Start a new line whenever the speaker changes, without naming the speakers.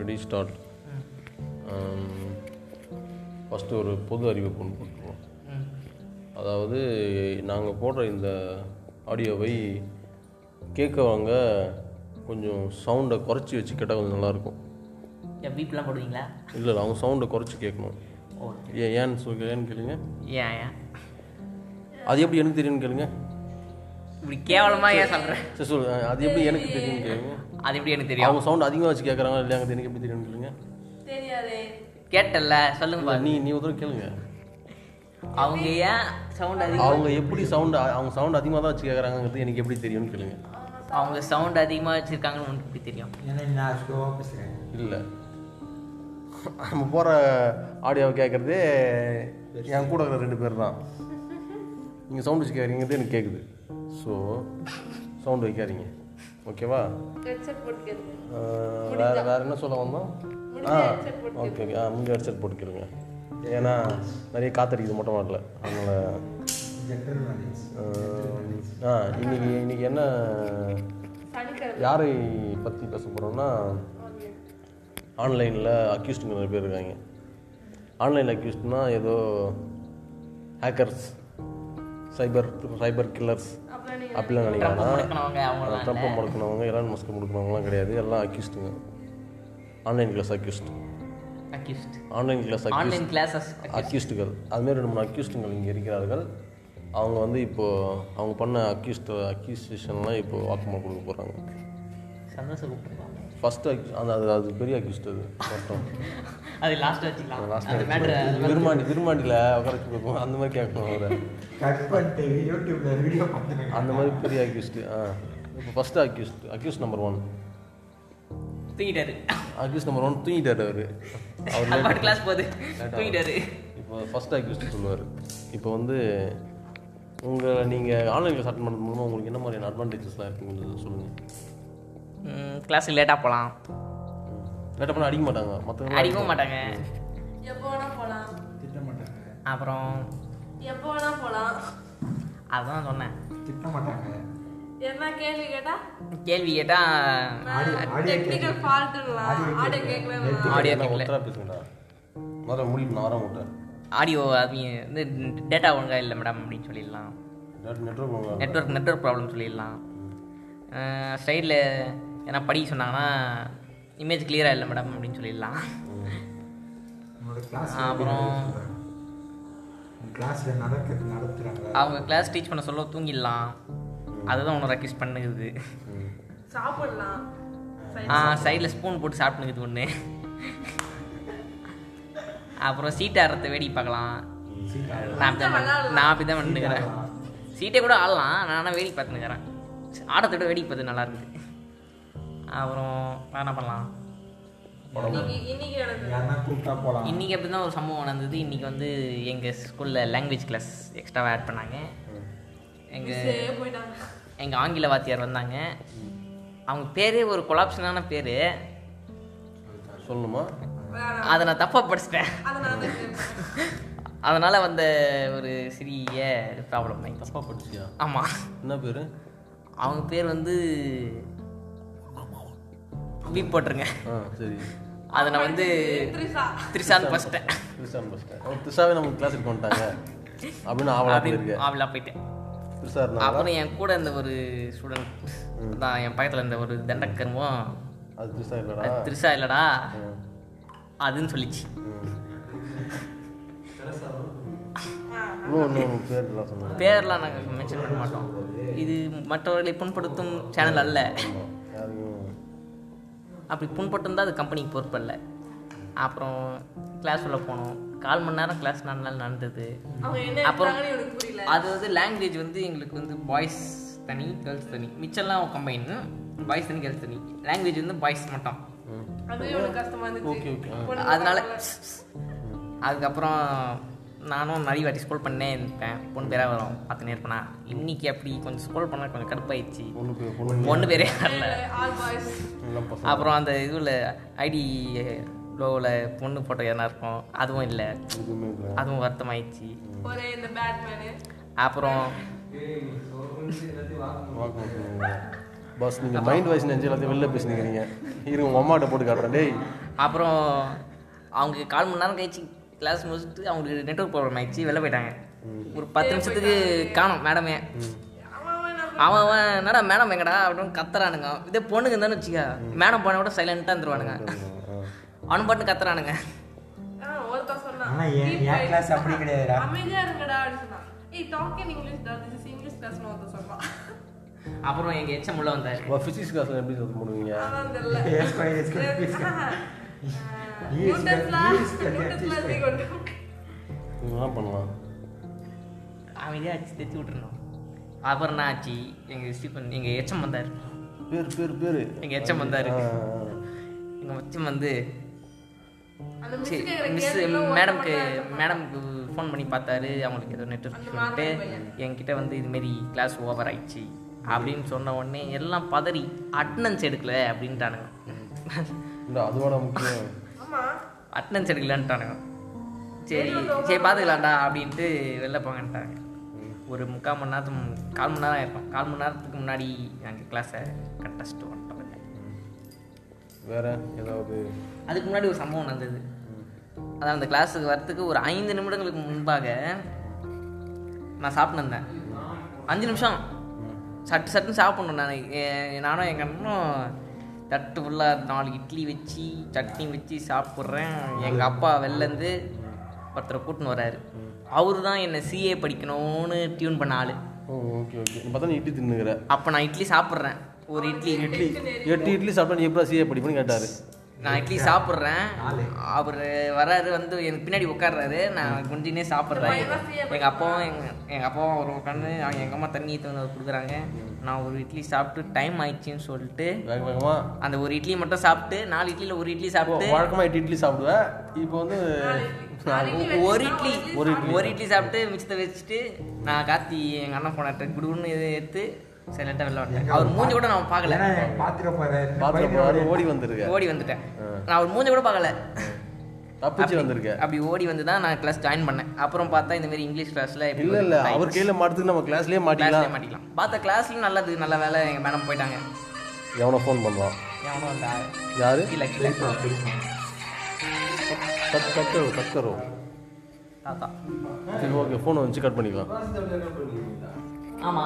Ready start first Um, ஒரு பொது அறிவிப்பு ஒன்று கொடுத்துருவோம் அதாவது நாங்கள் போடுற இந்த ஆடியோவை கேட்கவங்க கொஞ்சம் சவுண்டை குறைச்சி வச்சு கேட்டால் கொஞ்சம் நல்லாயிருக்கும்
என் பீப்லாம் போடுவீங்களா
இல்லை இல்லை, அவங்க சவுண்டை குறைச்சி கேட்கணும்
ஓ
ஏன் ஏன்னு சொல்லி ஏன்னு கேளுங்க
ஏன் ஏன்
அது எப்படி எனக்கு தெரியும்னு கேளுங்க
இப்படி கேவலமாக ஏன் சொல்கிறேன்
சரி சொல்லு அது எப்படி எனக்கு தெரியும்னு கேளுங்க
அது எப்படி எனக்கு தெரியும்
அவங்க சவுண்ட் அதிகமாக வச்சு கேட்குறாங்க இல்லையாங்க எனக்கு எப்படி தெரியும்னு கேளுங்க
கேட்டல்ல சொல்லுங்க பாரு.
நீ நீ ஒரு தடவை கேளுங்க
அவங்க ஏன் சவுண்ட் அதிகம்
அவங்க எப்படி சவுண்ட் அவங்க சவுண்ட் அதிகமாக தான் வச்சு கேட்குறாங்கிறது எனக்கு எப்படி தெரியும்னு கேளுங்க
அவங்க சவுண்ட் அதிகமாக வச்சுருக்காங்கன்னு உனக்கு எப்படி தெரியும்
ஏன்னா நான் ஸ்லோவாக பேசுகிறேன்
இல்லை நம்ம போகிற ஆடியோவை கேட்குறது என் கூட இருக்கிற ரெண்டு பேர் தான் நீங்கள் சவுண்ட் வச்சு கேட்குறீங்கிறது எனக்கு கேட்குது ஸோ சவுண்ட் வைக்காதீங்க ஓகேவா
ஹெட்செட் போட்டுக்கிறது
ஆஹ் வேற வேற என்ன சொல்ல வந்தோம் ஆ ஓகே ஓகே ஆ முடிஞ்ச ஹெட்செட் போட்டுக்கிறோங்க ஏன்னா நிறைய காத்தடிக்குது மொட்டை மாட்டில் அதனால்
ஜென்ரல் நாலேஜ்
ஆ இன்னைக்கு இன்னைக்கு என்ன
சனிக்கிழமை
யாரை பற்றி பேச போகிறோம்னா ஆன்லைனில் அக்யூஸ்டுங்க நிறைய பேர் இருக்காங்க ஆன்லைனில் அக்யூஸ்ட்னா ஏதோ ஹேக்கர்ஸ் சைபர் சைபர் கில்லர்ஸ்
அப்புறம் நீங்க
அப்படிலாம்
ட்ரம்ப்
நினைக்கிறாங்க
முடக்கினவங்க அவங்களாம்
ட்ரம்ப்பை முடக்கினவங்க எலான் மஸ்க் முடக்கினவங்களாம் கிடையாது எல்லாம் அக்யூஸ்டுங்க online class accused
accused
online class accused
online classes
அக்யூஸ்டுகள் அதுமாரி ரெண்டு மூணு அக்யூஸ்டுகள் இங்கே இருக்கிறார்கள் அவங்க வந்து இப்போது அவங்க பண்ண அக்யூஸ்ட் அக்யூஸ்டேஷன்லாம் இப்போது வாக்குமூலம் கொடுக்க போகிறாங்க
சந்தோஷம் கூப்பிட்டுருப்பாங்க
ஃபஸ்ட்டு அந்த அது அது பெரிய அக்யூஸ்ட் அது மட்டும்
அது லாஸ்ட்டாக வச்சுக்கலாம் அந்த மேட்ரு
விருமாண்டி விருமாண்டியில் உட்கார வச்சு கொடுப்போம் அந்த மாதிரி கேட்கணும் அவரை
கட் பண்ணிட்டு யூடியூப்ல வீடியோ பார்த்துருக்கேன்
அந்த மாதிரி பெரிய அக்யூஸ்ட்டு ஆ இப்போ first accused accused number one
தூங்கிட்டாரு
அக்யூஸ்ட் நம்பர் ஒன் தூங்கிட்டார் அவர் அவர்
அப்பாட்டு கிளாஸ் போகுது தூங்கிட்டாரு
இப்போ ஃபஸ்ட் அக்யூஸ்ட் சொல்லுவார் இப்போ வந்து உங்களை நீங்கள் ஆன்லைன் கிளாஸ் அட்டன் பண்ணுறது மூலமாக உங்களுக்கு என்ன மாதிரியான அட்வான்டேஜஸ்லாம் இருக்குன்னு கொஞ்சம் சொல்லுங்கள்
கிளாஸுக்கு லேட்டாக போகலாம்
லேட்டாக பண்ண அடிக்க மாட்டாங்க மற்றவங்க
அடிக்கவும் மாட்டாங்க
எப்போ வேணா போலாம்
திட்ட மாட்டாங்க
அப்புறம்
எப்போ வேணா போலாம்
அதான் சொன்னேன்
திட்ட மாட்டாங்க
என்ன கேள்வி கேட்டா
கேள்வி கேட்டால்
ஆடியோ ஆடியோ
டெக்னிக்கல் ஃபால்ட்டுலாம் ஆடியோ கேட்கலாம்
ஆடியோ
நான்
கேட்கல
ஒத்தரா பேசுங்கடா மரம் முடியும் நான் வர மாட்டேன்
ஆடியோ அது வந்து டேட்டா ஒழுங்கா இல்லை மேடம் அப்படின்னு சொல்லிடலாம்
நெட்ஒர்க் உங்களை
நெட்வொர்க் நெட்வொர்க் ப்ராப்ளம் சொல்லிடலாம் ஸ்டைலில் ஏன்னா படிக்க சொன்னாங்கன்னா இமேஜ் கிளியராக இல்லை மேடம் அப்படின்னு சொல்லிடலாம்
உன்னோட கிளாஸ்
அப்புறம்
கிளாஸ்ல நடக்கிறது நடத்துறாங்க
அவங்க கிளாஸ் டீச் பண்ண சொல்ல தூங்கிடலாம் அதுதான் ஒன்று ரெக்வஸ்ட் பண்ணுது
சாப்பிடலாம்
சைடில் ஸ்பூன் போட்டு சாப்பிட்டுக்குது ஒன்று அப்புறம் சீட் ஆடுறத வேடிக்கை பார்க்கலாம் நான் அப்படி தான் நான் அப்படி தான் பண்ணிக்கிறேன் சீட்டை கூட ஆடலாம் நான் ஆனால் வேடிக்கை பார்த்துன்னுக்கிறேன் ஆடத்தை விட வேடிக்கை பார்த்து நல்லா இருக்குது அப்புறம் வேற என்ன பண்ணலாம்
இன்னைக்கு இன்னைக்கு நடந்தது
யாருன்னா கூப்பிட்டா போலாம்
இன்றைக்கி அப்படி தான் ஒரு சம்பவம் நடந்தது இன்றைக்கி வந்து எங்கள் ஸ்கூலில் லாங்குவேஜ் கிளாஸ் எக்ஸ்ட்ராவாக ஆட் பண்ணாங்க எங்கள்
சே, போயிட்டாங்க
எங்கள் ஆங்கில வாத்தியார் வந்தாங்க அவங்க பேரே ஒரு கொலாப்ஷனான பேர்
சொல்லணுமா
வேணாம்.
அதை நான் தப்பாக படிச்சிட்டேன்
அதனால தான் கேட்டேன்.
அதனால் வந்த ஒரு சிறிய ப்ராப்ளம் தான்
தப்பாக படிச்சியா
ஆமாம்
என்ன பேர்
அவங்க பேர் வந்து பீப் போட்டிருங்க
ஆ சரி
அதை நான் வந்து
த்ரிஷா
திரிசான் ஃபஸ்ட்டேன்
திருசான் பஸ்ட்டேன் அவன் திருசாவே நமக்கு கிளாஸ் எடுக்க வந்துட்டாங்க அப்படின்னு ஆவலாக
அப்படின்னு
போயிருக்கேன்
ஆவிலா போயிட்டேன்
திருசா இருந்தாங்களா
அப்புறம் என் கூட இருந்த ஒரு ஸ்டூடெண்ட் தான் என் பக்கத்தில் இருந்த ஒரு தண்டக்கர்மம்
அது திருசா இல்லைடா
அது திரிசா இல்லடா அதுன்னு சொல்லிச்சு
இன்னும் ஒன்று பேர் எல்லாம் சொன்னாங்க
பேர்லாம் நாங்கள் மென்ஷன் பண்ண மாட்டோம் இது மற்றவர்களை புண்படுத்தும் சேனல் அல்ல
யாரையும்
அப்படி புண்பட்டிருந்தால் அது கம்பெனிக்கு பொறுப்பல்ல அப்புறம் கிளாஸ் உள்ள போனோம் கால் மணி நேரம் கிளாஸ் நாலு நாள் நடந்தது
அவங்க என்ன
அப்புறம்
எடுத்தாங்கன்னு எனக்கு புரியல
அது வந்து லாங்குவேஜ் வந்து எங்களுக்கு வந்து பாய்ஸ் தனி கேர்ள்ஸ் தனி மிச்சம்லாம் கம்பைன் பாய்ஸ் தனி கேர்ள்ஸ் தனி லாங்குவேஜ் வந்து பாய்ஸ் மட்டும்
அதுவே எனக்கு கஷ்டமா
ஓகே
இருந்துச்சு
ஓகே
அதனால அதுக்கப்புறம் நானும் நிறைய வாட்டி ஸ்கூல் பண்ணே இருப்பேன் பொண்ணு பேராக வரும் பார்த்துனே இருப்பேனா இன்னைக்கு அப்படி கொஞ்சம் ஸ்கூல் பண்ண கொஞ்சம் கடுப்பாயிடுச்சு
பொண்ணு பேர் பொண்ணு
ஒன்று பேரே வரல
ஆல் பாய்ஸ்
எல்லாம் பசங்க
அப்புறம் அந்த இதுவில் ஐடி லோவில் பொண்ணு ஃபோட்டோ எதனா இருக்கும் அதுவும் இல்லை
எதுவுமே இல்லை
அதுவும் வருத்தமாயிடுச்சு
ஒரே இந்த பேட்மேனு
அப்புறம்
வாக்கு பஸ் நீங்கள் மைண்ட் வாய்ஸ் நினச்சி எல்லாத்தையும் வெளில பேசினுக்கிறீங்க இரு உங்கள் அம்மாட்ட போட்டு காட்டுறேன் டேய்
அப்புறம் அவங்களுக்கு கால் மணி நேரம் கழிச்சு கிளாஸ் முடிச்சுட்டு அவங்களுக்கு நெட்வொர்க் ப்ராப்ளம் ஆயிடுச்சு வெளில போயிட்டாங்க ஒரு பத்து நிமிஷத்துக்கு காணும் மேடமே
அவன் நம்ம
அவன் அவன் என்னடா மேடம் எங்கடா அப்படின்னு கத்துறானுங்க இதே பொண்ணுங்க இருந்தாலும் வச்சுக்க மேடம் போன கூட சைலண்ட்டாக இருந்துருவானுங்க அவனு பாட்டு கத்துறானுங்க
ஆ, ஒருத்தன் சொன்னான்.
ஆனா என்-
Keep
என்
quiet.
class அப்படி கிடையாதுடா.
அமைதியா இருங்கடா அப்படின்னு சொன்னான். ஏய், talk in English டா, this is English classன்னு ஒருத்தன் சொன்னான்.
அப்புறம் எங்கள் எச்சம் உள்ள வந்தார்
ஃபிசிக்ஸ் கிளாஸ்ல எப்படி சத்தம் போடுவீங்க
அதான் தெரியல.
Yes, quiet, yes, quiet, please.
Aha. Ah,
He is
Newton's
good,
law,
he is good,
Newton's
he is
law is
good.
equal to-
என்ன பண்ணலாம்
அமைதியாக அடிச்சு தைச்சு விட்டுருந்தோம் அப்புறம் என்ன ஆச்சு எங்கள் ஸ்டீஃபன் எங்கள் எச்சம் வந்தார்
பேர் பேர் பேர்
எங்கள் எச்சம் வந்தார்
ஆ,
எங்கள் எச்சம் வந்து
அந்த miss
சரி
கேக்குற
மிஸ்
கேள்வியில ஒரு
மேடம்க்கு
மட்டும் தான் answer பண்ணான்.
மேடம்க்கு ஃபோன் பண்ணி பார்த்தாரு அவங்களுக்கு ஏதோ நெட்வொர்க்
அந்த
சொல்லிட்டு
மாதிரி பையன்.
என்கிட்ட வந்து இதுமாரி கிளாஸ் ஓவர் ஆயிடுச்சு அப்படின்னு சொன்ன உடனே எல்லாம் பதறி அட்டனன்ஸ் எடுக்கல அப்படின்ட்டானுங்க
இல்ல அதுவாட முக்கியம்
ஆமா.
அட்டனன்ஸ் எடுக்கலன்ட்டானுங்க சரி
வெளிய வந்து
சரி
உட்காருங்க.
பார்த்துக்கலாம்டா அப்படின்ட்டு வெளில போங்கன்ட்டாங்க ஒரு முக்கால் மணி நேரத்து கால் மணி நேரம் ஆயிருக்கும் கால் மணி நேரத்துக்கு முன்னாடி நாங்கள் கிளாஸை கட்டச்சிட்டு வந்துட்டோம்
வேற ஏதாவது
அதுக்கு முன்னாடி ஒரு சம்பவம் நடந்தது அதான் அந்த கிளாஸுக்கு வரத்துக்கு ஒரு ஐந்து நிமிடங்களுக்கு முன்பாக நான் சாப்பிட்டு இருந்தேன் அஞ்சு நிமிஷம் சட்டு சட்டுன்னு சாப்பிடணும் நான் ஏ- நானும் எங்கள் அண்ணனும் தட்டு ஃபுல்லாக நாலு இட்லி வச்சு சட்னி வச்சு சாப்பிட்றேன் எங்கள் அப்பா வெளிலேருந்து ஒருத்தரை கூட்டின்னு வர்றாரு அவரு தான் என்னை சிஏ படிக்கணும்னு டியூன் பண்ண ஆள்
ஓ ஓகே ஓகே பார்த்தா நீ இட்லி தின்னுக்கிற
அப்போ நான் இட்லி சாப்பிட்றேன் ஒரு இட்லி
இட்லி எட்டு இட்லி சாப்பிட்டா நீ எப்படா சிஏ படிப்பேன்னு கேட்டாரு
நான் இட்லி சாப்பிட்றேன் அவர் வராரு வந்து எனக்கு பின்னாடி உட்கார்றாரு நான் குஞ்சினே சாப்பிட்றேன் எங்கள் அப்பாவும் எங்கள் எங்கள் அப்பாவும் அவர் உட்காந்து அவங்க எங்கள் அம்மா தண்ணி எடுத்து வந்து அவர் கொடுக்குறாங்க நான் ஒரு இட்லி சாப்பிட்டு டைம் ஆயிடுச்சுன்னு சொல்லிட்டு
வேக வேகமா
அந்த ஒரு இட்லி மட்டும் சாப்பிட்டு நாலு இட்லியில் ஒரு இட்லி
இப்போ
சாப்பிட்டு
வழக்கமா எட்டு இட்லி சாப்பிடுவேன் இப்போ வந்து
நாலு இட்லி. நாலு இட்லி
ஒ- ஒரு
வச்சு
இட்லி
சாப்பிட்டு
ஒரு இட்லி ஒரு இட்லி சாப்பிட்டு மிச்சத்தை வச்சுட்டு நான் காத்தி எங்கள் அண்ணன் போன குடுகுன்னு இதை எடுத்து சைலண்டாக வெளில வந்துட்டேன் அவர் மூஞ்சி கூட நான் பார்க்கல
ஏன்னா பாத்திர போறாரு
பாத்ரூம் போனாரு, ஓடி வந்திருக்க
ஓடி வந்துட்டேன் நான் அவர் மூஞ்சி கூட பார்க்கல
தப்பிச்சு
அப்படி-
வந்திருக்க
அப்படி ஓடி வந்து தான் நான் கிளாஸ் ஜாயின் பண்ணேன் அப்புறம் பார்த்தா இந்த மாதிரி இங்கிலீஷ் கிளாஸ்ல
இல்ல இல்ல அவர் கையில மாட்டுறதுக்கு நம்ம கிளாஸ்லயே
கிளாஸ்ல
மாட்டிக்கலாம்
மாட்டிக்கலாம் பார்த்த கிளாஸ்ல நல்லது நல்ல வேலை எங்க மேடம் போயிட்டாங்க
எவனோ ஃபோன் பண்றான்
எவனோ அந்த
யாரு
கீழே கீழே
கத்- கத்தரோ கத்தரோ
தாத்தா
சரி ஓகே ஃபோனை வச்சு கட் பண்ணிக்கலாம்
ஆமா